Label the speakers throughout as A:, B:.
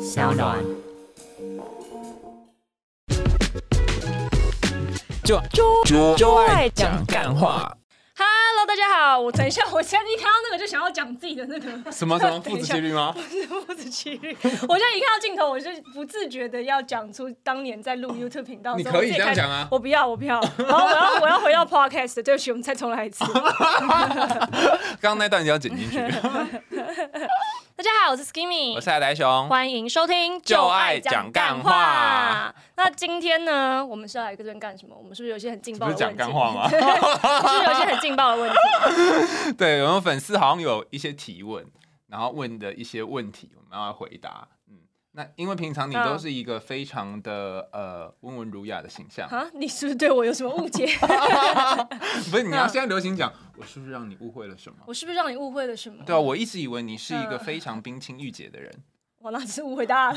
A: 小暖。
B: 就就就爱讲干话。
C: Hello，大家好，我等一下，我现在一看到那个就想要讲自己的那个
B: 什 么什么父子骑驴吗？
C: 不是不是七律， 我现在一看到镜头，我就不自觉的要讲出当年在录 YouTube 频道的时
B: 你
C: 候，
B: 可以
C: 我自己看
B: 这样讲啊
C: 我不要我不要，然后我要我要回到 Podcast，对不起，我们再重来一次。
B: 刚刚那段你要剪 进去。
C: 大家好，我是 Skimmy，
B: 我是海苔熊，
C: 欢迎收听
B: 就爱讲干话。
C: 那今天呢，我们是要来这边干什么？我们是不是有一些很劲爆
B: 不
C: 的
B: 是
C: 问题？
B: 讲干话吗？
C: 是不是有一些很劲爆的问题？
B: 对，我们粉丝好像有一些提问，然后问的一些问题，我们要来回答。嗯，那因为平常你都
C: 嗯
B: 是一个非常的呃温文儒雅的形象，
C: 啊，你是不是对我有什么误解？
B: 不是你要
C: 嗯
B: 现在流行讲，我是不是让你误会了什么？
C: 我是不是让你误会了什么？
B: 对啊，我一直以为你是一个
C: 嗯
B: 非常冰清玉洁的人。
C: 我那只是误会大了。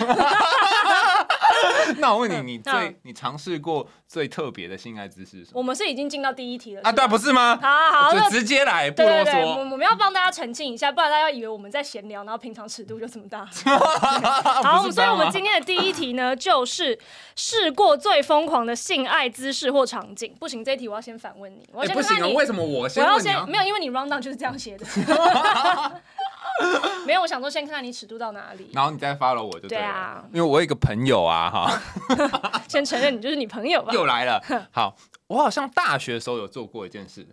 B: 那我问你，
C: 嗯
B: 你
C: 嗯
B: 最你尝试过最特别的性爱姿势是什么？
C: 我们是已经进到第一题了
B: 啊，对啊，不是吗？
C: 好好，
B: 就
C: 那
B: 直接来，不
C: 对
B: 啰
C: 对对，我
B: 嗦。
C: 我们要帮大家澄清一下，不然大家以为我们在闲聊，然后平常尺度就这 么大。好，我
B: 不
C: 们
B: 是这
C: 所以
B: 样啊
C: 我
B: 吗
C: 们今天的第一题呢，就是试过最疯狂的性爱姿势或场景。不行，这一题我要先反问你，我
B: 哎
C: 要先
B: 不
C: 看
B: 行
C: 看
B: 啊，
C: 你，
B: 为什么我
C: 我
B: 先
C: 要
B: 问你
C: 先
B: 啊？
C: 没有，因为你 round down 就是这 样写的。没有，我想说先看看你尺度到哪里，
B: 然后你再 follow 我就对了
C: 对啊
B: 因为我有一个朋友啊， 哈，
C: 先承认你就是你朋友吧。
B: 又来了。好，我好像大学的时候有做过一件事。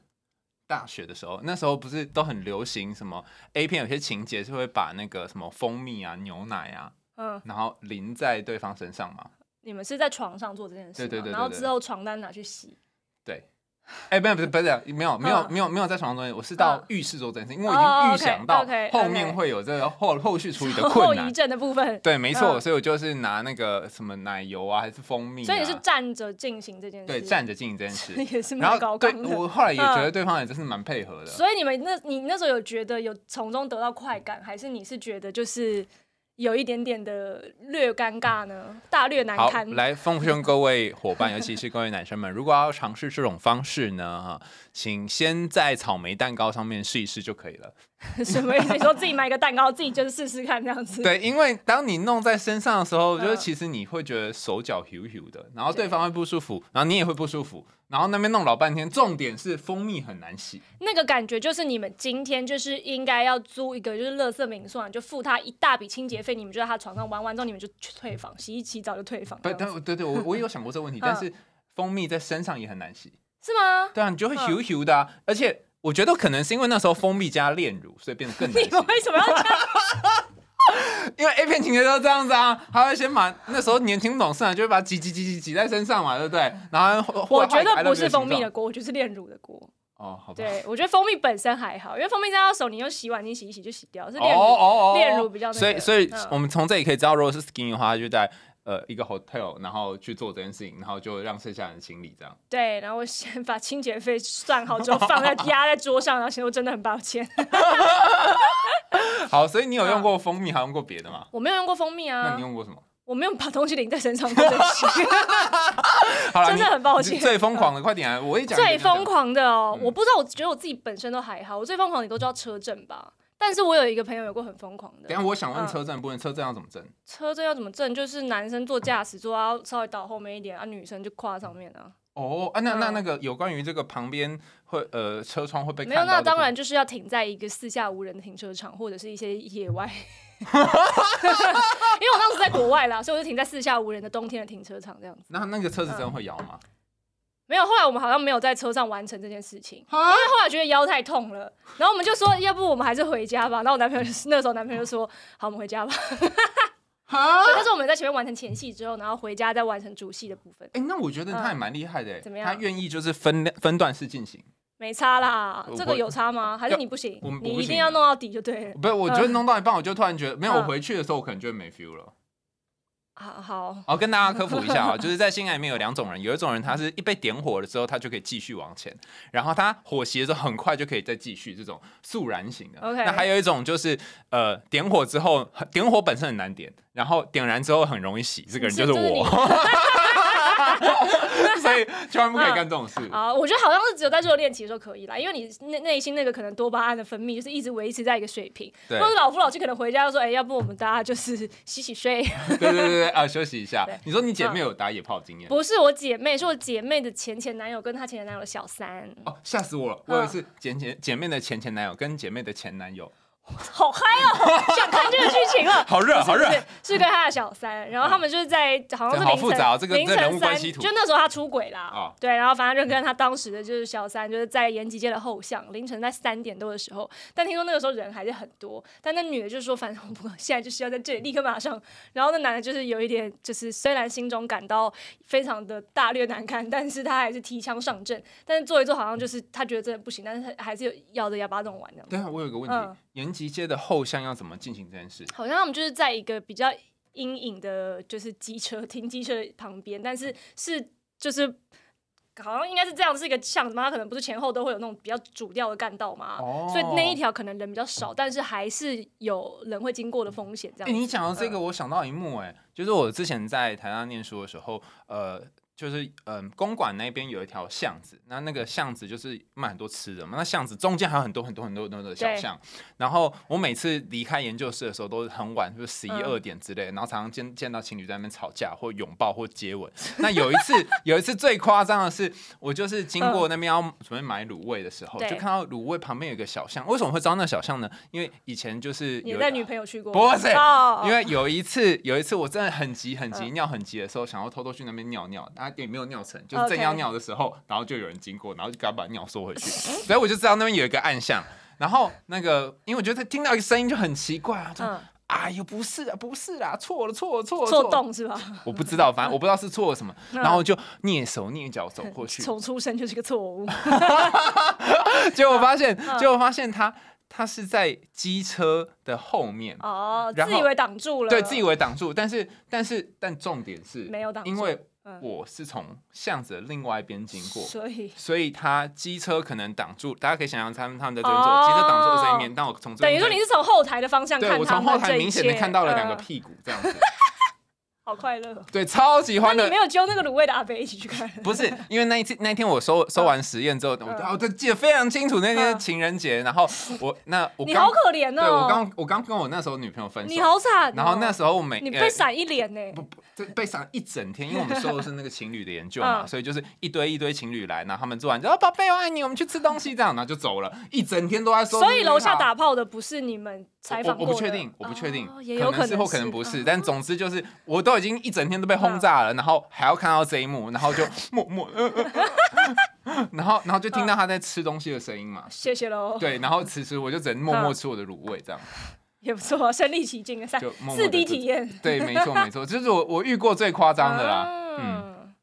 B: 大学的时候，那时候不是都很流行什么 A 片，有些情节是会把那个什么蜂蜜啊、牛奶啊，
C: 嗯，
B: 然后淋在对方身上嘛。
C: 你们是在床上做这件事吗，
B: 对对对对
C: 然后
B: 对
C: 之后床单拿去洗。
B: 对，哎、不是不是不是，没有没有
C: 嗯
B: 没有没有在床上做这件事，我是到
C: 嗯
B: 浴室做这件事，因为我
C: 哦
B: 已经预
C: ，OK，
B: 想到
C: OK，OK
B: 后面会有这个后后续处理的
C: 后
B: 困难
C: 遗。症的部分。
B: 对，没错，
C: 嗯
B: 所以我就是拿那个什么奶油啊，还是蜂蜜、啊，
C: 所以你是站着进行这件事，
B: 对站着进行这件事，
C: 也是
B: 然
C: 蛮
B: 后
C: 高
B: 对
C: 纲
B: 我
C: 的。
B: 后来也觉得
C: 嗯
B: 对方也真是蛮配合的，
C: 所以你们那，你那时候有觉得有从中得到快感，还是你是觉得就是有一点点的略尴尬呢？大略难
B: 好，
C: 堪。
B: 来奉劝各位伙伴，尤其是各位男生们，如果要尝试这种方式呢，哈，请先在草莓蛋糕上面试一试就可以了。
C: 什么意思？你说自己买一个蛋糕，自己就是试试看这样子。
B: 对，因为当你弄在身上的时候，
C: 嗯
B: 就是其实你会觉得手脚油油的，然后对方会不舒服，然后你也会不舒服，然后那边弄老半天，重点是蜂蜜很难洗。
C: 那个感觉就是你们今天就是应该要租一个就是垃圾民宿啊，你就付他一大笔清洁费，你们就在他床上玩完之后，你们就去退房，洗一洗澡就退房这
B: 不，
C: 样子，嗯
B: 但对对，我我也有想过这 个问题，但是蜂蜜在身上也很难洗。
C: 是吗？
B: 对啊，你就会
C: 嗯
B: 油油的、啊，而且我觉得可能是因为那时候蜂蜜加炼乳，所以变得更 难
C: 你们
B: 洗。
C: 为什 么要这样？
B: 因为 A 片情节都这样子啊，他会先把那时候年轻不懂事啊，就会把它挤挤挤挤挤在身上嘛，对不对？然后
C: 我觉得不是蜂蜜的锅，我觉得是炼乳的锅。
B: 哦，好吧，
C: 对，我觉得蜂蜜本身还好，因为蜂蜜沾到手，你用洗碗巾洗一洗就洗掉，是
B: 哦，
C: 炼乳。
B: 哦哦哦，
C: 炼乳比较那个
B: 所以所以
C: 嗯
B: 我们从这里可以知道，如果是 skin 的话，他就在呃一个 hotel，然后去做这件事情，然后就让剩下人清理这样。
C: 对，然后我先把清洁费算好之后，放在压在桌上，然后显得我真的很抱歉。
B: 好，所以你有
C: 嗯
B: 用过蜂蜜，还用过别的吗？
C: 我没有用过蜂蜜
B: 那
C: 啊
B: 你，用过什么？
C: 我没有把东西淋在身上过这件事
B: 好了，
C: 真的
B: 你
C: 很抱
B: 你
C: 歉
B: 最疯狂的，快点啊！我一讲
C: 最疯，狂的哦，
B: 嗯
C: 我不知道，我觉得我自己本身都还好，我最疯狂你都知道车震吧？但是我有一个朋友有过很疯狂
B: 你就等一下
C: 的，
B: 我想问
C: 嗯
B: 车站部分，车站要怎么证？
C: 车震要怎么震？就是男生坐驾驶座要稍微倒后面一点啊，女生就跨上面啊。
B: 哦，啊，那那
C: 嗯
B: 那个有关于这个旁边会呃车窗会被
C: 没有，
B: 看到
C: 那
B: 的
C: 当
B: 部分
C: 然就是要停在一个四下无人的停车场，或者是一些野 外。因为我当时在国外啦，所以我就停在四下无人的冬天的停车场这样子。
B: 那那个车子真的会摇
C: 嗯
B: 吗？
C: 没有，后来我们好像没有在车上完成这件事情，
B: 啊，
C: 但后来觉得腰太痛了，然后我们就说，要不我们还是回家吧。然后我男朋友就是那时候男朋友就说，好，我们回家吧。
B: 啊！
C: 所以那时候我们在前面完成前戏之后，然后回家再完成主戏的部分，
B: 哎、那我觉得他
C: 嗯
B: 也蛮厉害的、欸
C: 怎么样
B: 他愿意就是分分段式进行。
C: 没差啦
B: 我。
C: 这个有差吗？还是你不行
B: 我我？不
C: 你一
B: 行啊
C: 定要弄到底就对了。
B: 不是，我觉得弄到一半，我就突然觉得没有。
C: 嗯
B: 我回去的时候，我可能就会没 feel 了。
C: 好啊好，
B: 好，跟大家科普一下啊，就是在性爱里面有两种人，有一种人他是一被点火了之后，他就可以继续往前，然后他火熄的时候很快就可以再继续，这种速燃型的。
C: OK
B: 那还有一种就是呃，点火之后，点火本身很难点，然后点燃之后很容以洗，这个人就是
C: 是就是
B: 我。所 所以千万不可以干这种事。
C: 啊，我觉得好像是只有在热恋期的时候可以啦，因为你内内心那个可能多巴胺的分泌就是一直维持在一个水平。
B: 对
C: 或者老夫老妻可能回家就说，哎、要不我们大家就是洗洗睡。
B: 对对对对啊，休息一下
C: 对。嗯
B: 你说你姐妹有打野炮经验？
C: 不是我姐妹，是我姐妹的前前男友跟她前前男友的小三，
B: 哦，吓死我
C: 嗯
B: 了！我有一次姐姐姐妹的前前男友跟姐妹的前男友，
C: 好嗨哦，想看这个剧情了。
B: 好热好热
C: 不。是，是跟他的小三，然后他们就是在好像是
B: 这好
C: 凌晨
B: 复杂哦这个
C: 凌
B: 这人
C: 晨
B: 物
C: 三，
B: 关系图
C: 就那时候他出轨啦，
B: 哦
C: 对，然后反正就跟他当时的就是小三，就是在延吉街的后巷，凌晨在三点多的时候，但听说那个时候人还是很多，但那女的就说反正我不现在就是要在这里立刻马上，然后那男的就是有一点就是虽然心中感到非常的大略难堪，但是他还是提枪上阵，但是做一做好像就是他觉得真的不行，但是他还是有咬着牙巴弄完这样。
B: 对啊，我有个问题
C: 嗯，
B: 延吉街的后巷要怎么进行这件事？
C: 好像他们就是在一个比较阴影的，就是机车停机车的旁边，但是是就是好像应该是这样，是一个巷子嘛，它可能不是前后都会有那种比较主调的干道嘛，
B: 哦
C: 所以那一条可能人比较少，但是还是有人会经过的风险，这
B: 哎、
C: 样
B: 你
C: 子。嗯
B: 讲到这个，我想到一幕、哎，就是我之前在台大念书的时候，呃，就是嗯、公馆那边有一条巷子，那那个巷子就是卖很多吃的嘛，那巷子中间还有很多很多很多很多的小
C: 对
B: 巷。然后我每次离开研究室的时候都是很晚，就是十一
C: 嗯
B: 二点之类的，然后常常见见到情侣在那边吵架或拥抱或接吻。那有一次，有一次最夸张的是，我就是经过那边要准备买卤味的时候，
C: 嗯对
B: 就看到卤味旁边有一个小巷。为什么会知道那小巷呢？因为以前就是
C: 你
B: 有
C: 带女朋友去过？
B: 不是
C: 哦
B: 因为有一次，有一次我真的很急很急，
C: 嗯
B: 尿很急的时候，想要偷偷去那边尿尿，啊也没有尿成，就是正要尿的时候，然后就有人经过，然后就赶快把尿收回去，所以我就知道那边有一个暗巷。然后那个，因为我觉得听到一个声音就很奇怪啊，就
C: 嗯，
B: 哎呦不是啊，不是啊，错了错了错了
C: 错嗯
B: 了，
C: 动是吧？
B: 我不知道，反正我不知道是错了什么，然后我就蹑手蹑脚走过去，
C: 从出生就是个错误。
B: 结果发现，
C: 嗯
B: 结果发现他他是在机车的后面，
C: 哦，
B: 然
C: 自
B: 后
C: 以为挡住了，
B: 对自以为挡住，但是但是但重点是
C: 没有挡住，
B: 因为
C: 嗯
B: 我是从巷子的另外一边经过，
C: 所以
B: 所以他机车可能挡住，大家可以想象他们他们在这边走，机车挡住我这一面，但我从这
C: 哦等于
B: 边
C: 说你是从后台的方向
B: 对
C: 看
B: 我
C: 他
B: 从
C: 们
B: 后
C: 这
B: 台
C: 一
B: 明显的
C: 切
B: 看到了两个
C: 嗯
B: 屁股这样子，
C: 好快乐哦。
B: 对，超级欢
C: 那
B: 乐
C: 你没。有揪那个卤味的阿伯一起去看？
B: 不是，因为那一次那一天我收收完实验之后，我我就记得非常清楚，那天是
C: 嗯
B: 情人节，然后我那我
C: 你
B: 刚
C: 好可怜哦！
B: 对我刚我刚跟我那时候女朋友分
C: 你
B: 手，
C: 好惨、哦。
B: 然后那时候我每
C: 你
B: 呃
C: 被闪一脸呢、
B: 不不，这被闪一整天，因为我们收的是那个情侣的研究嘛，
C: 嗯
B: 所以就是一堆一堆情侣来，然后他们做完就哦宝贝我爱你，我们去吃东西这样，然后就走了，一整天都在收。
C: 所以楼下打炮的不是你们采
B: 我
C: 访
B: 我
C: 过
B: 不
C: 的
B: 确定，我不确定，
C: 哦也有
B: 可能是或可能不
C: 嗯
B: 是，但总之就是我都已经一整天都被轰炸了，然后还要看到这一幕，然后就默默，呃呃呃然后然后就听
C: 嗯
B: 到他在吃东西的声音嘛。
C: 谢谢喽，
B: 对，然后此时我就只能默
C: 嗯
B: 默吃我的卤味，这样
C: 也不错，身临其境的三
B: 就默默
C: 四
B: 地
C: D
B: 就
C: 体验，
B: 对，没错没错，这是我我遇过最夸张的啦。嗯，
C: 嗯，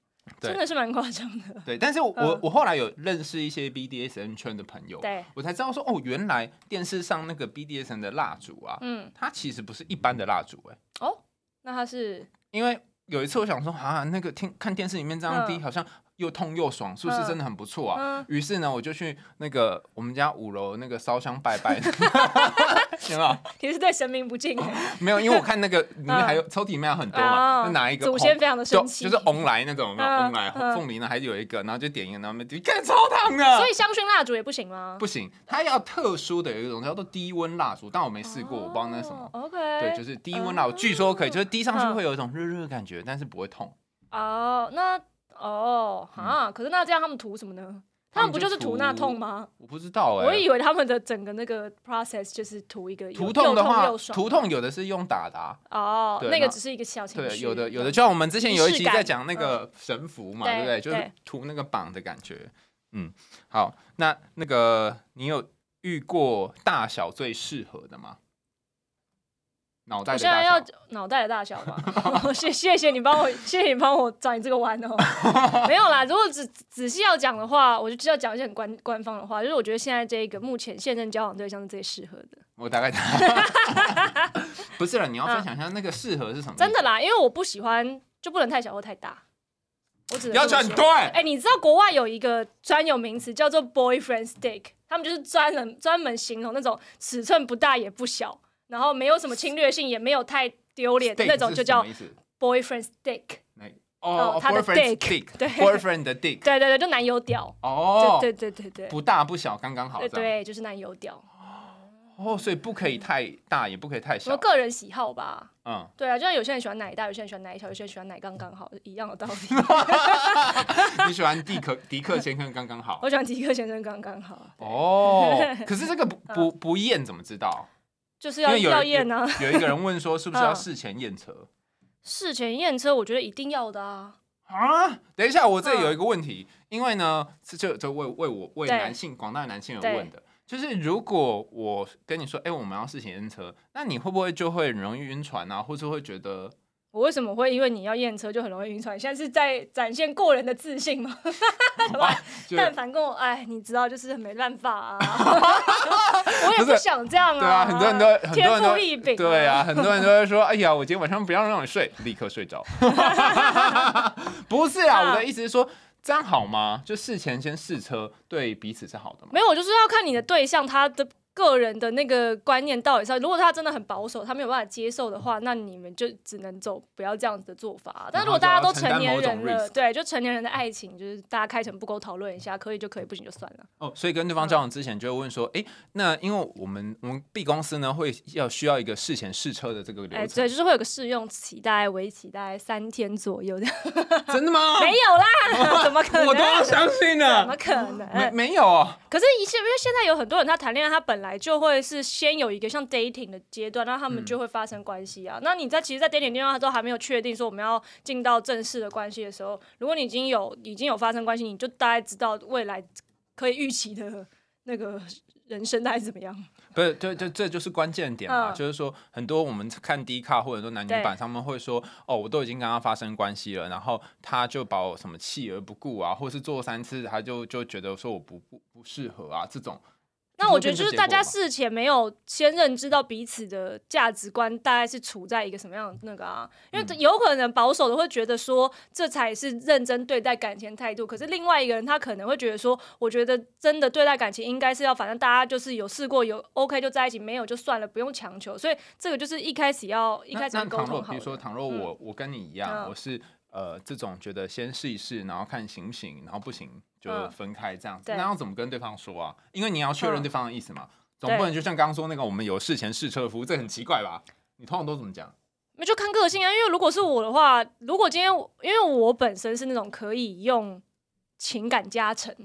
B: 对
C: 真的是蛮夸张 的，
B: 对，但是我、
C: 嗯
B: 我后来有认识一些 BDSM 圈的朋友，
C: 对，
B: 我才知道说哦，原来电视上那个 BDSM 的蜡烛啊，
C: 嗯，
B: 它其实不是一般的蜡烛哎、
C: 哦，那他是
B: 因为有一次我想说啊，那个听看电视里面这样滴、
C: 嗯
B: 好像又痛又爽，是不是真的很不错啊？
C: 嗯，
B: 于是呢，我就去那个我们家五楼那个烧香拜 拜，有没有？
C: 其实对神明不敬
B: 哦
C: 欸
B: 没有，因为我看那个里面还有抽屉里面还有很多嘛，
C: 啊
B: 就拿一个
C: 嗯祖
B: 红
C: 先非常的
B: 就
C: 生气，
B: 就是红来那种，有没有
C: 嗯
B: 红来
C: 嗯
B: 凤梨呢，还有一个，然后就点一个，然后我们就看超烫的，
C: 所以香薰蜡烛也不行吗？
B: 不行，它要特殊的有一种叫做低温蜡烛，但我没试过，我不知道那是什么。
C: 哦，OK，
B: 对，就是低温蜡烛，据说可以，就是滴上去
C: 嗯
B: 会有一种热热的感觉，但是不会痛。
C: 哦，那哦哈，可是那这样他们图什么呢？
B: 嗯他
C: 他
B: 们
C: 们不就是
B: 就涂
C: 图那痛吗？
B: 我不知道
C: 我
B: 哎、
C: 以为他们的整个那个 process 就是图一个
B: 图
C: 又
B: 痛的
C: 又
B: 话
C: 痛又，爽
B: 图痛有的是用打的啊、
C: 哦，
B: 对
C: 那
B: 那
C: 个只是一个小情
B: 对，
C: 绪，
B: 有的有的，就像我们之前有一集
C: 仪式感
B: 在讲那个神符嘛，
C: 嗯
B: 对不对？
C: 对
B: 就是
C: 对
B: 涂那个绑的感觉。嗯，好，那那个你有遇过大小最适合的吗？脑袋
C: 我
B: 的
C: 现
B: 大
C: 在要
B: 小，
C: 脑袋的大小吧， 谢谢谢你帮我，谢谢你帮我转你这个弯 哦。没有啦，如果仔仔细要讲的话，我就只要讲一些很官官方的话，就是我觉得现在这个目前现任交往对象是最适合的，
B: 我大概 不是了。你要分享一下那个适合是什么？
C: 嗯真的啦，因为我不喜欢就不能太小或太大，我只能
B: 要
C: 这
B: 求
C: 么
B: 很
C: 说
B: 多哎、
C: 哎、你知道国外有一个专有名词叫做 boyfriend stick，他们就是专门专门形容那种尺寸不大也不小，然后没有什么侵略性，也没有太丢脸
B: Steak
C: 那种，
B: 是
C: 就
B: 什么
C: 叫
B: 意思
C: boyfriend stick。
B: 来哦
C: 哦他的
B: boyfriend
C: dick，对
B: dick，boyfriend 的 dick，
C: 对对对，就男友屌，
B: 哦，
C: 对对对对对，
B: 不大不小，刚刚好
C: 对
B: 这样。
C: 对，就是男友屌，
B: 哦，所以不可以太大，也不可以太
C: 什么
B: 小。
C: 个人喜好吧。
B: 嗯，
C: 对啊，就像有些人喜欢奶大，有些人喜欢奶小，有些人喜欢奶刚刚好，一样的道理。
B: 你喜欢迪克迪克先生刚刚好。
C: 我喜欢迪克先生刚刚好，
B: 哦，
C: 嗯
B: 可是这个不不不验怎么知道？
C: 就是
B: 因
C: 要
B: 为有
C: 要
B: 人
C: 验啊。
B: 有一个人问说，是不是要
C: 嗯
B: 事前验车？
C: 事前验车，我觉得一定要的啊。
B: 啊，等一下，我这里
C: 嗯
B: 有一个问题，因为呢，是就就为为我为
C: 对
B: 男性广大男性而
C: 对
B: 问的，就是如果我跟你说，哎、我们要事前验车，那你会不会就会很容易晕船啊，或是会觉得
C: 我为什么会因为你要验车就很容易晕船？现在是在展现过人的自信吗？
B: 哇，就
C: 但凡跟我，哎，你知道，就是很没办法啊。 我也
B: 不
C: 不
B: 是
C: 想这样啊。
B: 对啊，很多人都很多
C: 天
B: 人
C: 赋
B: 都
C: 异禀。
B: 对 啊，很多人都会说，哎呀，我今天晚上不要让你睡，立刻睡着。不是啊，
C: 啊
B: 我的意思是说，这样好吗？就事前先试车，对彼此是好的吗？
C: 没有，我就是要看你的对象他的个人的那个观念到底是要，如果他真的很保守，他没有办法接受的话，那你们就只能走不要这样子的做法。啊但如果大家都成年
B: 然后就要
C: 人
B: 承担某
C: 了，
B: 种
C: 对，就成年人的爱情，就是大家开诚布公讨论一下，可以就可以，不行就算了。
B: 哦，所以跟对
C: 嗯
B: 方交往之前就会问说，哎、那因为我们我们 B 公司呢会要需要一个事前试车的这个
C: 哎，
B: 流程，
C: 对，就是会有个试用期，大概为期大概三天左右这样。
B: 真的 吗？
C: 没有啦，怎么可能？
B: 我都要相信
C: 怎
B: 了
C: 么，可
B: 没
C: 能？
B: 没有啊？
C: 可是，一些因为现在有很多人他谈恋爱，他本来就会是先有一个像 dating 的阶段，然后他
B: 嗯
C: 们就会发生关系啊。那你在其实，在 dating 阶段都还没有确定说我们要进到正式的关系的时候，如果你已经有已经有发生关系，你就大概知道未来可以预期的那个人生大概是怎么样。
B: 不是，就就这就是关键点嘛，
C: 嗯
B: 就是说很多我们看 D 卡或者说男女版，他们会说，哦，我都已经跟他发生关系了，然后他就把我什么弃而不顾啊，或是做三次，他就就觉得说我不不不适合啊，这种
C: 那我觉得就是大家
B: 这
C: 事前没有先认知到彼此的价值观大概是处在一个什么样的那个啊，因
B: 嗯
C: 为有可能保守的会觉得说这才是认真对待感情的态度，可是另外一个人他可能会觉得说，我觉得真的对待感情应该是要，反正大家就是有试过有 OK 就在一起，没有就算了，不用强求，所以这个就是一开始要一
B: 那
C: 开始
B: 那
C: 要沟
B: 倘若
C: 通
B: 比
C: 好
B: 如说，
C: 的。
B: 倘若我、我跟你一样，
C: 嗯
B: 我是呃这种觉得先试一试，然后看行不行，然后不行就
C: 嗯
B: 分开这样子，
C: 对
B: 那要怎么跟对方说啊？因为你要确认
C: 嗯
B: 对方的意思嘛，总
C: 对
B: 不能就像刚刚说那个我们有事前试车的服务，这很奇怪吧？你通常都怎么讲？
C: 那就看个性啊，因为如果是我的话，如果今天我因为我本身是那种可以用情感加成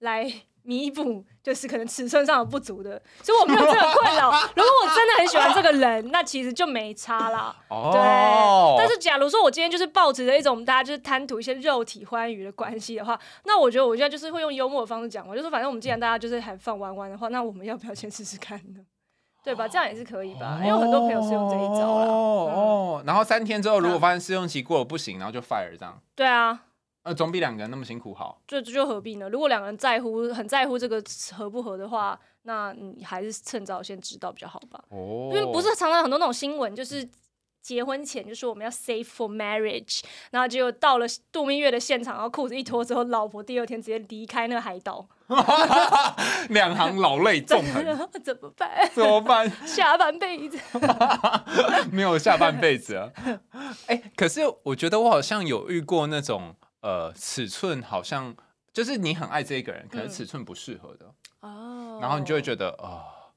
C: 来弥补，就是可能尺寸上有不足的，所以我没有这个困扰。如果我真的很喜欢这个人，那其实就没差啦。对，
B: 哦，
C: 但是假如说我今天就是抱持着一种大家就是贪图一些肉体欢愉的关系的话，那我觉得我现在就是会用幽默的方式讲，我就说反正我们既然大家就是还放玩玩的话，那我们要不要先试试看呢？对吧？这样也是可以吧？因为我很多朋友是用这一招啦。嗯
B: 哦哦，然后三天之后如果发现试用期过了不行，然后就 fire 这样，
C: 对啊，
B: 呃，总比两个人那么辛苦好。
C: 就这就何必呢？如果两个人在乎很在乎这个合不合的话，那你还是趁早先知道比较好吧。
B: 哦
C: 因为不是常常有很多那种新闻，就是结婚前就说我们要 save for marriage，然后结果到了度蜜月的现场，然后裤子一脱之后，老婆第二天直接离开那个海岛，
B: 两行老泪纵横，
C: 怎么办？
B: 怎么办？
C: 下半辈子
B: 没有下半辈子啊。 哎、可是我觉得我好像有遇过那种呃，尺寸好像就是你很爱这个人，可是
C: 嗯
B: 尺寸不适合的，
C: 哦
B: 然后你就会觉得啊、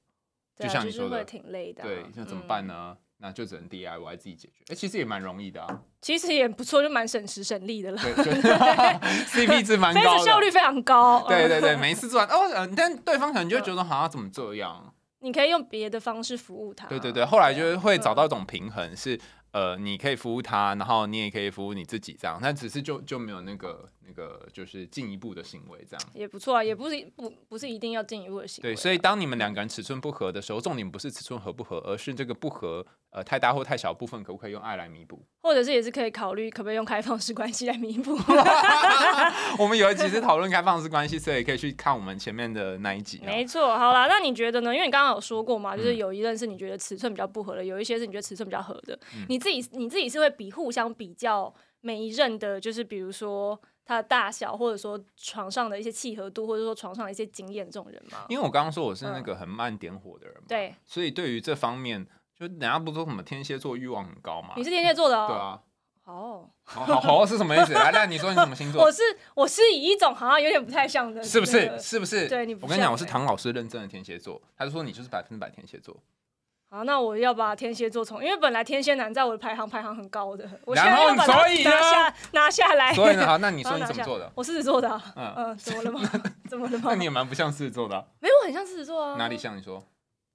C: 对啊
B: 就像你
C: 是
B: 说的
C: 会挺累的啊、
B: 对，那怎么办呢？那就只能 DIY 自己解决。哎、其实也蛮容易的 啊，
C: 嗯？其实也不错，就蛮省时省力的了，
B: 对，就是 CP 值蛮
C: 非常
B: 高
C: 效
B: 的。
C: 率非常高。
B: 对
C: 嗯
B: 对 对，每一次做完哦，呃但对方可能就会觉得好像怎么这样，
C: 你可以用别的方式服务他。啊嗯
B: 对对对，后来就是会找到一种平衡，是呃，你可以服务他，然后你也可以服务你自己，这样，但只是就就没有那个那个就是进一步的行为这样。
C: 也不错啊，也不是不不是一定要进一步的行为
B: 嗯
C: 啊。
B: 对，所以当你们两个人尺寸不合的时候，重点不是尺寸合不合，而是这个不合，呃，太大或太小的部分可不可以用爱来弥 补？
C: 或者是也是可以考虑可不可以用开放式关系来弥补。
B: 我们有一集是讨论开放式关系，所以可以去看我们前面的那一集啊。
C: 没错，好啦，那你觉得呢？因为你刚刚有说过嘛，
B: 嗯
C: 就是有一任是你觉得尺寸比较不合的，有一些是你觉得尺寸比较合的。
B: 嗯
C: 你自己你自己是会比互相比较每一任的，就是比如说它的大小，或者说床上的一些契合度，或者说床上的一些经验这种人吗？
B: 因为我刚刚说我是那
C: 嗯
B: 个很慢点火的人嘛，
C: 对，
B: 所以对于这方面，就人家不是说什么天蝎座欲望很高嘛
C: 你，是天蝎座的哦。
B: 啊对啊，
C: 哦，
B: 好好好是什么意思？来，那你说你什么星座
C: 我？是我是以一种好像有点不太像的，
B: 是不
C: 那
B: 是？
C: 个
B: 是不是？
C: 对你不
B: 我跟你讲，
C: 像
B: 我是
C: 欸
B: 唐老师认证的天蝎座，他就说你就是百分之百天蝎座。
C: 好，那我要把天蝎座从，因为本来天蝎男在我的排行排行很高的，我现
B: 然
C: 在
B: 后
C: 要把它
B: 所以呢
C: 拿下拿下来。
B: 所以呢，好，那你
C: 你
B: 说你怎么做的？
C: 我狮子座的啊、
B: 嗯
C: 嗯、怎么了吗？怎么了吗
B: 那？你也蛮不像狮子座的 啊，
C: 没有，我很像狮子座啊。
B: 哪里？像？你说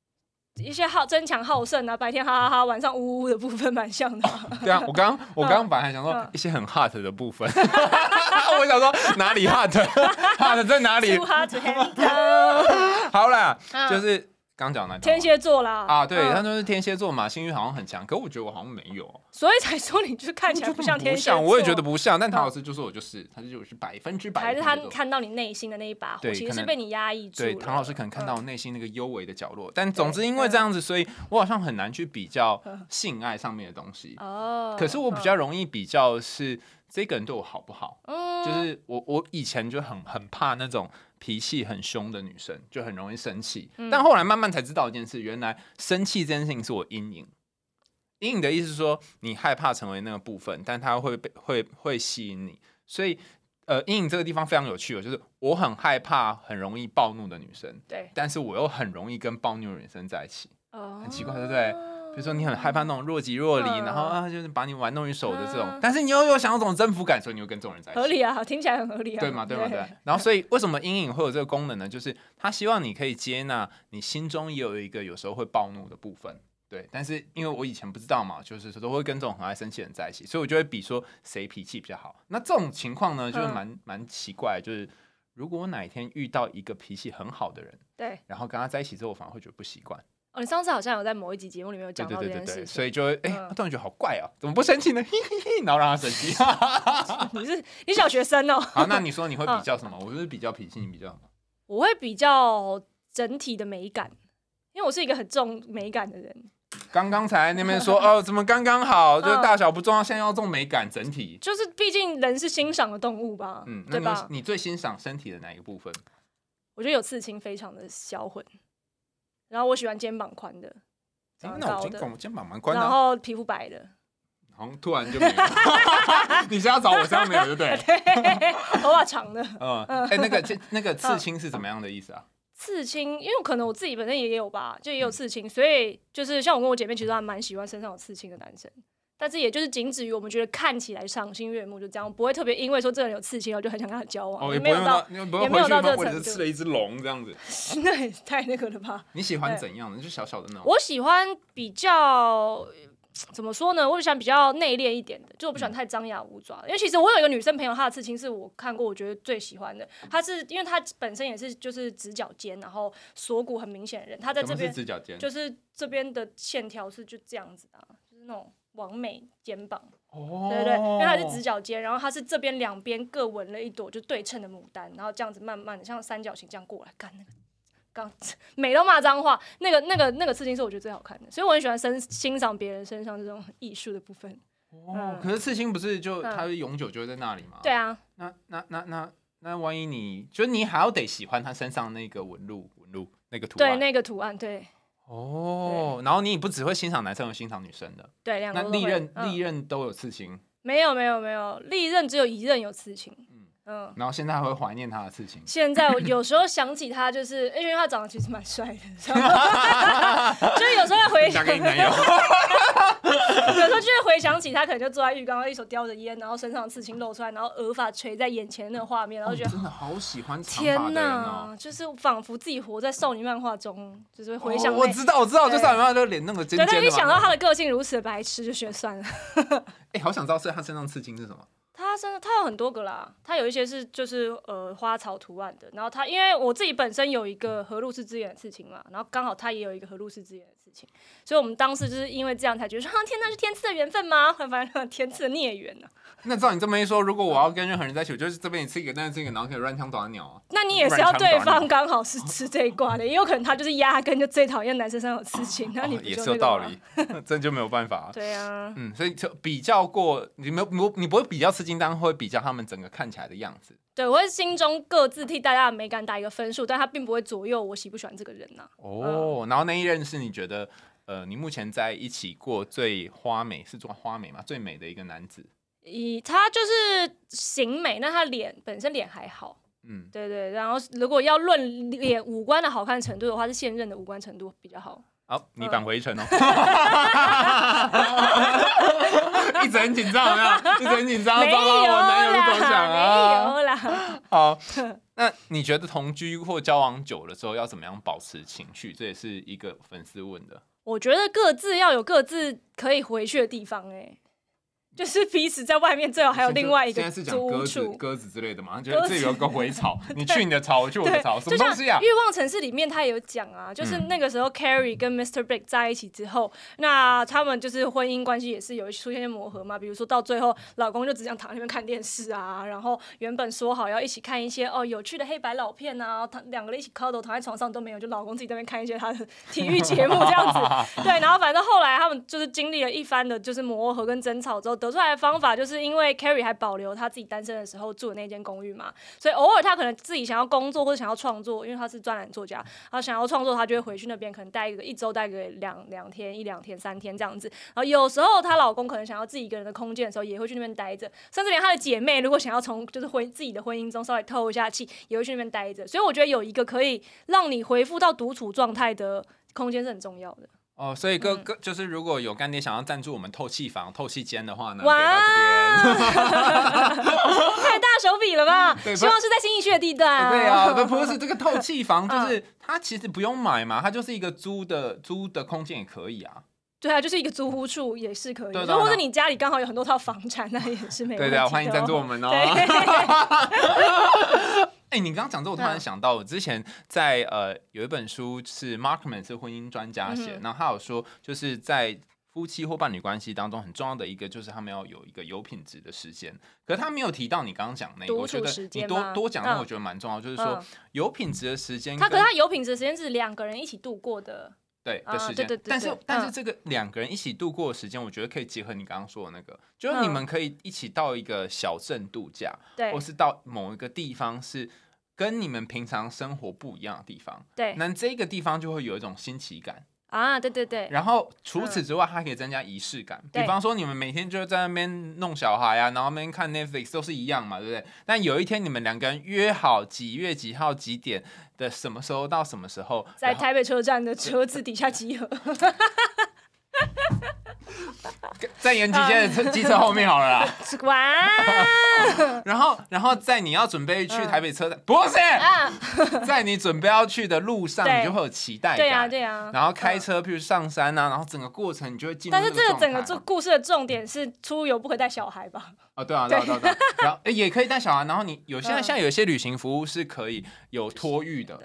C: 一些好争强好胜啊，白天哈哈哈，晚上呜呜的部分蛮像的啊、
B: 对啊，我刚我刚刚本来还想说
C: 嗯
B: 一些很 hot 的部分， 我想说哪里 hot，hot 在哪里
C: 出？哈嘴 嗯
B: 好啦，就是刚讲那条
C: 天
B: 嘛
C: 蝎座啦。
B: 啊，对，
C: 嗯
B: 他就是天蝎座嘛，性欲好像很强，可我觉得我好像没有哦，
C: 所以才说你就是看起来
B: 我觉得
C: 像天
B: 不
C: 蝎
B: 像，
C: 座。
B: 我也觉得不像，但唐
C: 嗯
B: 老师就说我就是，他就我是百分之百
C: 还
B: 的
C: 是
B: 天
C: 他
B: 蝎座。
C: 看到你内心的那一把火，
B: 对
C: 其实
B: 可
C: 是
B: 能
C: 被你压抑住了。
B: 对，唐老师可能看到
C: 嗯
B: 我内心那个幽微的角落，但总之
C: 对
B: 因为
C: 嗯
B: 这样子，所以我好像很难去比较
C: 嗯
B: 性爱上面的东西。
C: 哦。
B: 可是我比较容易比较是这个人对我好不好，
C: 嗯，
B: 就
C: 嗯
B: 是我我以前就很很怕那种脾气很凶的女生，就很容易生气。
C: 嗯
B: 但后来慢慢才知道一件事，原来生气这件事情是我阴影。阴影的意思是说，你害怕成为那个部分，但它会被会会吸引你。所以，呃，阴影这个地方非常有趣哦，就是我很害怕很容易暴怒的女生，
C: 对，
B: 但是我又很容易跟暴怒的女生在一起。
C: 很
B: 奇怪对不对比如说你很害怕那种若即若离，
C: 嗯
B: 然后啊就是把你玩弄于手的这种
C: 嗯，
B: 但是你又有想要这种征服感，所以你会跟这种人在一起。
C: 合理啊，听起来很合理啊，
B: 对嘛，对嘛，对嘛。然后，所以为什么阴影会有这个功能呢？就是他希望你可以接纳你心中也有一个有时候会暴怒的部分。对，但是因为我以前不知道嘛，就是都会跟这种很爱生气的人在一起，所以我就会比说谁脾气比较好。那这种情况呢，就是
C: 嗯
B: 蛮、蛮奇怪的，就是如果我哪一天遇到一个脾气很好的人，
C: 对。
B: 然后跟他在一起之后，我反而会觉得不习惯。
C: 哦，你上次好像有在某一集节目里面有
B: 对
C: 讲
B: 对
C: 到这
B: 对对
C: 件
B: 对，
C: 事
B: 所
C: 情，
B: 以就会哎，
C: 嗯
B: 突然觉得好怪哦，怎么不生气呢？嘿嘿嘿，然后让他生气。
C: 啊你是你小学生哦，
B: 好，那你说你会比较什么？我就是比较脾气，你比较什么？
C: 我会比较整体的美感，因为我是一个很重美感的人，
B: 刚刚才那边 说哦，怎么刚刚好？
C: 嗯
B: 就是大小不重要，现在要重美感整体。
C: 就是毕竟人是欣赏的动物吧，
B: 嗯，那
C: 对
B: 你
C: 吧？
B: 你最欣赏身体的哪一个部 分？
C: 我觉得有刺青非常的销魂，然后我喜欢肩膀宽的，
B: 哎
C: 长，得
B: 那
C: 高
B: 我
C: 的
B: 肩，膀肩膀蛮宽的
C: 然
B: 啊，
C: 后皮肤白的，
B: 好像突然就没有。 你现在要找我身上没有，对不 对？
C: 头发长的。
B: 嗯，哎，那个这那个刺青是怎么样的意思啊？
C: 刺青，因为可能我自己本身也有吧，就也
B: 嗯
C: 有刺青，所以就是像我跟我姐妹，其实还蛮喜欢身上有刺青的男生。但是也就是仅止于我们觉得看起来赏心悦目，就这样，不会特别因为说这个人有刺青，我就很想跟他交往，
B: 哦，
C: 也
B: 也不
C: 没
B: 会
C: 有
B: 用
C: 到
B: 到，，你不
C: 也
B: 会
C: 没
B: 回
C: 有
B: 去
C: 到
B: 吗
C: 这？
B: 或者是
C: 程度
B: 刺了一只龙这样子。
C: 那也太那个了吧。
B: 你喜欢
C: 对
B: 怎样的？就小小的那种。
C: 我喜欢比较怎么说呢？我喜欢比较内敛一点的，就我不
B: 嗯
C: 喜欢太张牙舞爪的。因为其实我有一个女生朋友，她的刺青是我看过我觉得最喜欢的。她是因为她本身也是就是直角肩，然后锁骨很明显的人，她在
B: 什
C: 这
B: 么是
C: 边
B: 直角肩？
C: 就是这边的线条是就这样子的啊、就是那种完美肩膀，
B: 哦
C: 对对对，因为它是直角肩，然后它是这边两边各纹了一朵就对称的牡丹，然后这样子慢慢的像三角形这样过来，干 那个。刚美到骂脏话，那个、那个、那个刺青是我觉得最好看的，所以我很喜欢身欣赏别人身上这种艺术的部分。
B: 哦
C: 嗯，
B: 可是刺青不是就
C: 嗯
B: 它是永久就会在那里吗？
C: 对啊，
B: 那那那那那万一你就是你还要得喜欢他身上那个纹路纹路那个图
C: 对
B: 案
C: 那个图案，对
B: 哦，然后你不只会欣赏男生，有欣赏女生的。
C: 对，两个
B: 那
C: 都
B: 历
C: 会
B: 任
C: 嗯
B: 历任都有刺青，
C: 没有没有没有，历任只有一任有刺青。
B: 嗯
C: 嗯，
B: 然后现在还会怀念他的刺 青。
C: 现在我有时候想起 他，就是因为他长得其实蛮帅的，所以 就是有时候会回
B: 嫁
C: 想，
B: 给你男友，
C: 有时候就会回想起他，可能就坐在浴缸，一手叼着烟，然后身上的刺青露出来，然后额发垂在眼前的那个画面，然后
B: 我
C: 觉得、
B: 真的好喜欢嗯长发
C: 天
B: 的人哦。
C: 就是仿佛自己活在少女漫画中，就是回想
B: 哦
C: 那、
B: 我知道，我知道，
C: 对
B: 就是好像就脸那个尖尖
C: 对，但
B: 的
C: 一
B: 嘛
C: 想到他的个性如此的白痴，就觉得算了。
B: 哎，好想知道，所以他身上刺青是什么？
C: 他真的，他有很多个啦，他有一些是就是呃花草图案的，然后他因为我自己本身有一个和路氏之眼的刺青嘛，然后刚好他也有一个和路氏之眼的刺青，所以我们当时就是因为这样才觉得说，啊天呐，是天赐的缘分吗？ 反正天赐的孽缘啊呢、
B: 那照你这么一说，如果我要跟任何人在一起，我就是这边也刺一个，那边刺一个，然后可以乱枪打鸟啊。
C: 那你也是要对方刚好是吃这一卦的，也有可能他就是压根就最讨厌男生身上有刺 青，那你
B: 哦
C: 不就
B: 也
C: 那
B: 是
C: 个
B: 有道
C: 吗
B: 理。， 这就没有办法啊。
C: 对啊，
B: 嗯，所以就比较过，你没有，你不你不会比较吃惊，但会比较他们整个看起来的样子。
C: 对我会心中各自替大家的美感打一个分数，但他并不会左右我喜不喜欢这个人啊呐、
B: 哦，然后那一任是你觉得，呃，你目前在一起过最花美，是做花美吗？最美的一个男子，
C: 以她就是型美，那她脸本身脸还好，
B: 嗯，
C: 对对。然后如果要论脸五官的好看程度的话，是现任的五官程度比较好。
B: 好，你
C: 嗯
B: 返回一 城哦， 一直很紧张，有没有？一直很紧张，
C: 没有
B: 啊糟糕，我男友
C: 啦，
B: 是怎么想啊？
C: 没有啦。
B: 好，那你觉得同居或交往久了之后要怎么样保持情绪？这也是一个粉丝问的。
C: 我觉得各自要有各自可以回去的地方、欸，就是彼此在外面最哦好还有另外一个
B: 现在是讲
C: 租
B: 鸽
C: 屋
B: 子、
C: 处。
B: 鸽子之类的嘛，觉
C: 鸽
B: 得这
C: 子
B: 有个回 潮，你去你的潮，我去我的
C: 对
B: 潮，，什
C: 就
B: 么
C: 像
B: 东西啊
C: 《欲？望城市》里面他也有讲啊，就是
B: 嗯
C: 那个时候 Carrie 跟 Mr. Big 在一起之后，那他们就是婚姻关系也是有出现一些磨合嘛，比如说到最后老公就只想躺在那边看电视啊，然后原本说好要一起看一些哦有趣的黑白老片啊，躺两个人一起 cuddle 躺在床上都没有，就老公自己在那边看一些他的体育节目这样 子，对，然后反正后来他们就是经历了一番的，就是磨合跟争吵之后，得出来的方法就是因为 Carrie 还保留她自己单身的时候住的那间公寓嘛，所以偶尔她可能自己想要工作或者想要创作，因为她是专栏作家，然后想要创作，她就会回去那边，可能待一个一周，待个两两天、一两天、三天这样子。然后有时候她老公可能想要自己一个人的空间的时候，也会去那边待着，甚至连她的姐妹如果想要从就是婚自己的婚姻中稍微透一下气，也会去那边待着。所以我觉得有一个可以让你恢复到独处状态的空间是很重要的。
B: 哦，所以各
C: 嗯
B: 各就是如果有干爹想要赞助我们透气房、透气间的话呢，可以
C: 哇
B: 到这边。 啊
C: 太大手笔了吧？
B: 对
C: 希望是在新义区的地段啊。
B: 对啊，不 不是这个透气房，
C: 嗯
B: 就是它其实不用买嘛，它就是一个租的租的空间也可以啊。
C: 对啊，就是一个租屋处也是可以，
B: 对
C: 就
B: 啊
C: 是或者你家里刚好有很多套房产，那也是没问
B: 对
C: 题的哦。
B: 对啊，欢迎赞助我们哦。
C: 对，
B: 哎、你刚刚讲这，我突然
C: 嗯
B: 想到，我之前在呃有一本书是 Markman 是婚姻专家写，
C: 嗯哼
B: 然后他有说，就是在夫妻或伴侣关系当中很重要的一个，就是他们要有一个有品质的时间。可是他没有提到你刚刚讲那个，
C: 独
B: 我觉
C: 处
B: 得
C: 时
B: 你
C: 间
B: 多
C: 吗
B: 多讲，那
C: 嗯
B: 我觉得蛮重要，就是 说
C: 嗯
B: 有品质的时间
C: 他可
B: 跟
C: 是他有品质的时间是两个人一起度过的。
B: 对
C: 啊
B: 的时间
C: 对对，对
B: 但是
C: 对
B: 但是
C: 嗯
B: 这个两个人一起度过的时间，我觉得可以结合你刚刚说的那个，就是你
C: 嗯
B: 们可以一起到一个小镇度假，
C: 对
B: 或是到某一个地方是跟你们平常生活不一样的地方，
C: 对
B: 那这个地方就会有一种新奇感。
C: 啊，对对对，嗯
B: 然后除此之外，它可以增加仪式感。比
C: 对
B: 方说，你们每天就在那边弄小孩啊，然后那边看 Netflix 都是一样嘛，对不对？但有一天你们两个人约好几月几号几点的什么时候到什么时候，
C: 在
B: 然后
C: 台北车站的车子底 下集合。
B: 在延吉街的车机车后面好了啦。
C: 哇
B: 然后，然后在你要准备
C: 嗯
B: 去台北车站，不是
C: 啊，
B: 在你准备要去的路上，
C: 对
B: 你就会有期待感。
C: 对啊对啊。
B: 然后开车，譬如上山啊，然后整个过程你就会进入
C: 但
B: 那
C: 是
B: 个
C: 这
B: 状态。
C: 个整个这故事的重点是出游不可以带小孩吧？
B: 哦，对啊，对啊，对啊，对啊 然后诶也可以带小孩。然后你有现在
C: 嗯
B: 现在有一些旅行服务是可以有托育的，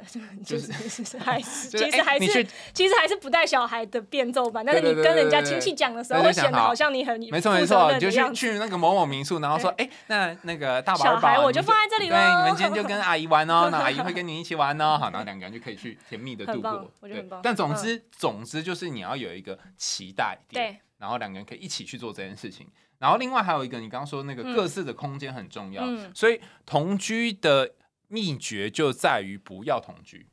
C: 就是就是还是
B: 就是
C: 其实
B: 诶
C: 还
B: 你去
C: 是其实还是不带小孩的变奏版，但是
B: 对
C: 你
B: 对对
C: 跟人家
B: 对对
C: 亲戚讲的时候，
B: 对
C: 会
B: 就想
C: 显得
B: 好
C: 好像你很
B: 没错没
C: 负责
B: 错，
C: 任
B: 你就
C: 的样
B: 去
C: 子。
B: 去那个某某民宿，然后说，哎，那那个大宝
C: 小孩
B: 宝，
C: 我
B: 你
C: 就
B: 们
C: 放在这里
B: 对，
C: 咯
B: 你们今天就跟阿姨玩哦，那阿姨会跟你一起玩 哦，好，然后两个人就可以去甜蜜的度
C: 很棒
B: 过。
C: 我觉得很
B: 对
C: 棒嗯
B: 但总之，总之就是你要有一个期待点，
C: 对，
B: 然后两个人可以一起去做这件事情。然后另外还有一个，你刚刚说那个
C: 嗯
B: 各自的空间很重要，
C: 嗯
B: 所以同居的秘诀就在于不要同居，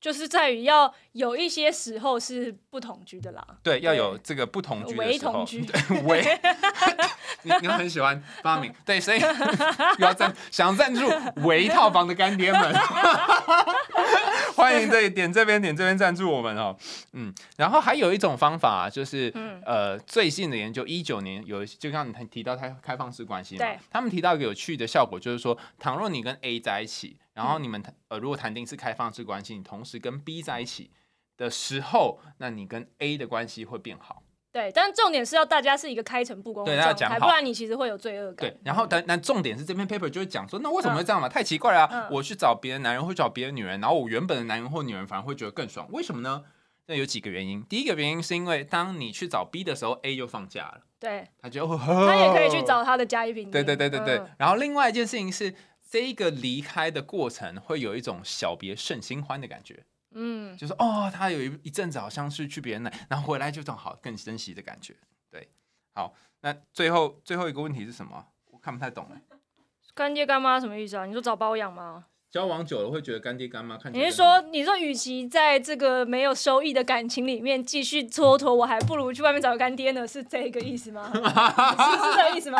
C: 就是在于要有一些时候是不同居的啦，
B: 对，要有这个不同居的
C: 唯
B: 时候，
C: 同居
B: 喂，你你们很喜欢发明，对，所以要赞想赞助围套房的干爹们， 欢迎对点这边点这边赞助我们哦。嗯，然后还有一种方法、啊就是，
C: 嗯
B: 呃，最近的研究，一九年有一就像你提到开开放式关系嘛
C: 对，
B: 他们提到一个有趣的效果，就是说，倘若你跟 A 在一起，然
C: 嗯
B: 后你们、呃如果谈定是开放式关系，你同时跟 B 在一起的时候，那你跟 A 的关系会变好。
C: 对。但重点是要大家是一个开诚布公的
B: 对大家
C: 状态，
B: 讲好
C: 不然你其实会有罪恶感。嗯
B: 对，然后但但重点是这篇 paper 就是讲说，那为什么会这样嘛？太奇怪了、啊！
C: 嗯
B: 我去找别的男人，会找别的女人，然后我原本的男人或女人反而会觉得更爽，为什么呢？那有几个原因。第一个原因是因为当你去找 B 的时候，A 就放假了，
C: 对，
B: 他就
C: 他
B: 他
C: 也可以去找他的甲乙丙丁。
B: 对对对对对。
C: 嗯
B: 然后另外一件事情是，这一个离开的过程会有一种小别胜新欢的感觉，
C: 嗯，
B: 就是哦，他有一一阵子好像是去别人那，然后回来就正好更珍惜的感觉。对，好，那最后最后一个问题是什么？我看不太懂了。欸
C: 干爹干妈什么意思啊？你说找包养吗？
B: 交往久了会觉得干爹干妈看起
C: 你
B: 来
C: 是
B: 就很
C: 说，你说，与其在这个没有收益的感情里面继续蹉跎，我还不如去外面找个干爹呢？是这个意 思吗？是是这个意思吗？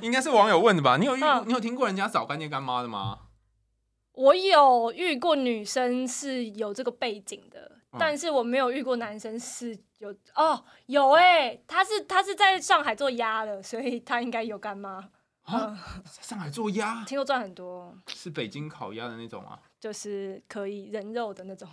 B: 应该是网友问的吧？你有遇、
C: 嗯
B: 你有听过人家找干爹干妈的吗？
C: 我有遇过女生是有这个背景的，
B: 嗯
C: 但是我没有遇过男生是有哦，有哎、他是他是在上海做鸭的，所以他应该有干妈，
B: 啊，在上海做鸭
C: 听说赚很多，
B: 是北京烤鸭的那种啊？
C: 就是可以人肉的那种。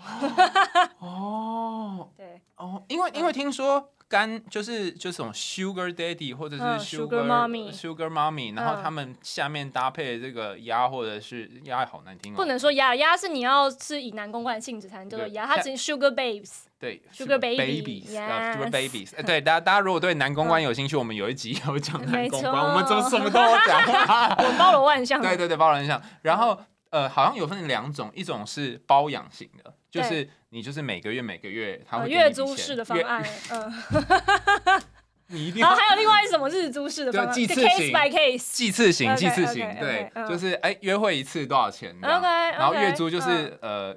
B: 哦
C: 对，
B: 哦，因为因
C: 嗯
B: 为听说干就是就是这种 sugar daddy 或者是
C: 嗯
B: sugar、
C: sugar mommy
B: sugar mommy，然后
C: 嗯
B: 他们下面搭配的这个鸭或者是鸭好难听哦，
C: 不能说鸭鸭是你要是以男公关的性质才能叫做
B: 对
C: 鸭，它只是 Sugar Babes。
B: 对
C: Sugar
B: babies，
C: baby，
B: 啊 sugar
C: yes 嗯
B: babies，哎 对大家大家如果对男公关有兴趣，我们有一集有讲男公关，我们怎么
C: 没错
B: 什么都有讲。
C: 我包罗万象。
B: 对对对，包容像，然后呃，好像有分两种，一种是包养型的，就是你就是每个月每个月他
C: 呃，
B: 会给你
C: 月
B: 一笔
C: 租
B: 钱
C: 式的方
B: 月
C: 案，嗯，
B: 你 一定
C: 然后
B: 要
C: 还有另外是什么日租式的方案
B: 对祭祀
C: ，case
B: 型
C: by case。
B: 祭次型，祭次型，
C: OK，OK，OK，
B: 对，
C: 嗯
B: 就是哎约会一次多少钱这样
C: OK，嗯
B: 然后月租就是呃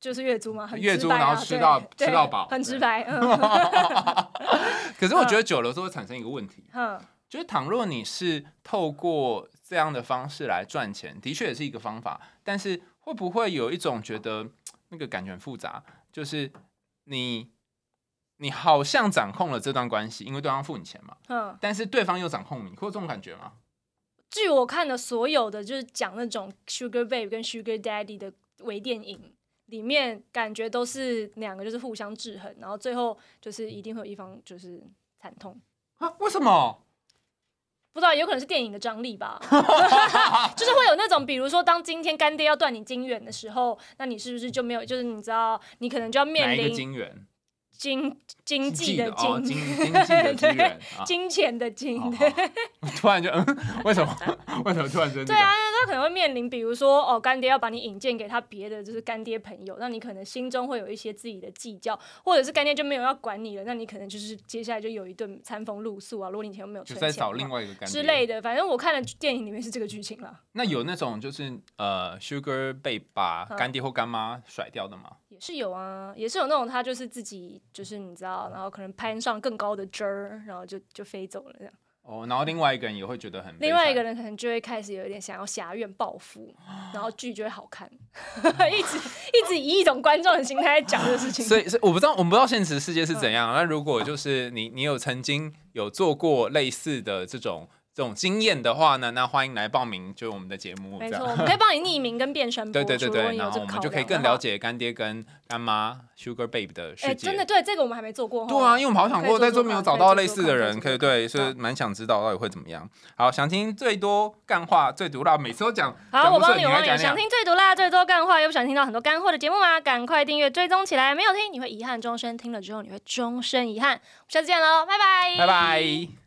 C: 就是月租嘛，很
B: 月租
C: 直白啊
B: 然后吃
C: 对
B: 到
C: 对
B: 吃到饱
C: 很
B: 对
C: 直白，嗯
B: 呃 可是我觉得久了之后会产生一个问题，
C: 嗯，
B: 就是倘若你是透过这样的方式来赚钱，的确也是一个方法，但是会不会有一种觉得嗯那个感觉很复杂，就是你你好像掌控了这段关系，因为对方付你钱嘛，
C: 嗯，
B: 但是对方又掌控你，会有这种感觉吗？
C: 据我看的所有的就是讲那种 Sugar Babe 跟 Sugar Daddy 的微电影。里面感觉都是两个就是互相制衡，然后最后就是一定会有一方就是惨痛，
B: 啊，为什么？
C: 不知道，有可能是电影的张力 吧，就是会有那种，比如说，当今天干爹要断你金元的时候，那你是不是就没有？就是你知道，你可能就要
B: 哪
C: 面
B: 一个
C: 临
B: 金 源？
C: 经经济的
B: 哦，经
C: 经、
B: 经济的金源啊。
C: 金钱的金，
B: 哦
C: 对
B: 好 我突然就嗯，为什么？ 为什么突然真的？
C: 对啊，那他可能会面临，比如说哦，干爹要把你引荐给他别的就是干爹朋友，那你可能心中会有一些自己的计较，或者是干爹就没有要管你了，那你可能就是接下来就有一顿餐风露宿啊。如果你以前没有
B: 就
C: 存
B: 在
C: 钱的
B: 找
C: 话
B: 另外一个干爹
C: 之类的，反正我看的电影里面是这个剧情啊啦，
B: 那有那种就是呃，sugar 被把
C: 嗯
B: 干爹或干妈甩掉的吗？
C: 也是有啊，也是有那种他就是自己就是你知道，然后可能攀上更高的枝儿，然后就就飞走了这样。
B: 哦，然后另外一个人也会觉得很悲
C: 另外
B: 惨
C: 一个人可能就会开始有一点想要侠怨报复，然后剧就会好 看， 一直一直以一种观众的心态在讲这个事情。
B: 所以，所以我不知道，我们不知道现实世界是怎
C: 嗯
B: 样。那如果就是你，你有曾经有做过类似的这种这种经验的话呢，那欢迎来报名，就是我们的节目这
C: 没错，
B: 样。
C: 我们可以帮你匿名跟变声播
B: 对
C: 出，
B: 对对
C: 如果
B: 对，
C: 你有
B: 然
C: 这
B: 后我
C: 考
B: 们就
C: 量
B: 可以更
C: 的话
B: 了。解干爹跟干妈 Sugar Babe 的世
C: 哎，
B: 界。
C: 真的，对这个我们还没做过哦。
B: 对啊，因为我们好想
C: 可以
B: 过，
C: 做
B: 但
C: 做
B: 是没有
C: 看
B: 找
C: 可以
B: 到
C: 做
B: 类
C: 做
B: 似的
C: 看可以
B: 人，
C: 做
B: 可以
C: 做
B: 对，
C: 看
B: 所以
C: 好
B: 蛮想知道到底会怎么样。好，想听最多干话最毒辣，每次都讲。
C: 好，
B: 讲
C: 我
B: 不
C: 帮
B: 顺
C: 你，
B: 你
C: 我
B: 来
C: 帮你。
B: 讲
C: 想
B: 讲
C: 听最毒辣、最多干话，又不想听到很多干货的节目吗？赶快订阅追踪起来，没有听你会遗憾终身，听了之后你会终身遗憾。我们下次见喽，拜拜，
B: 拜拜。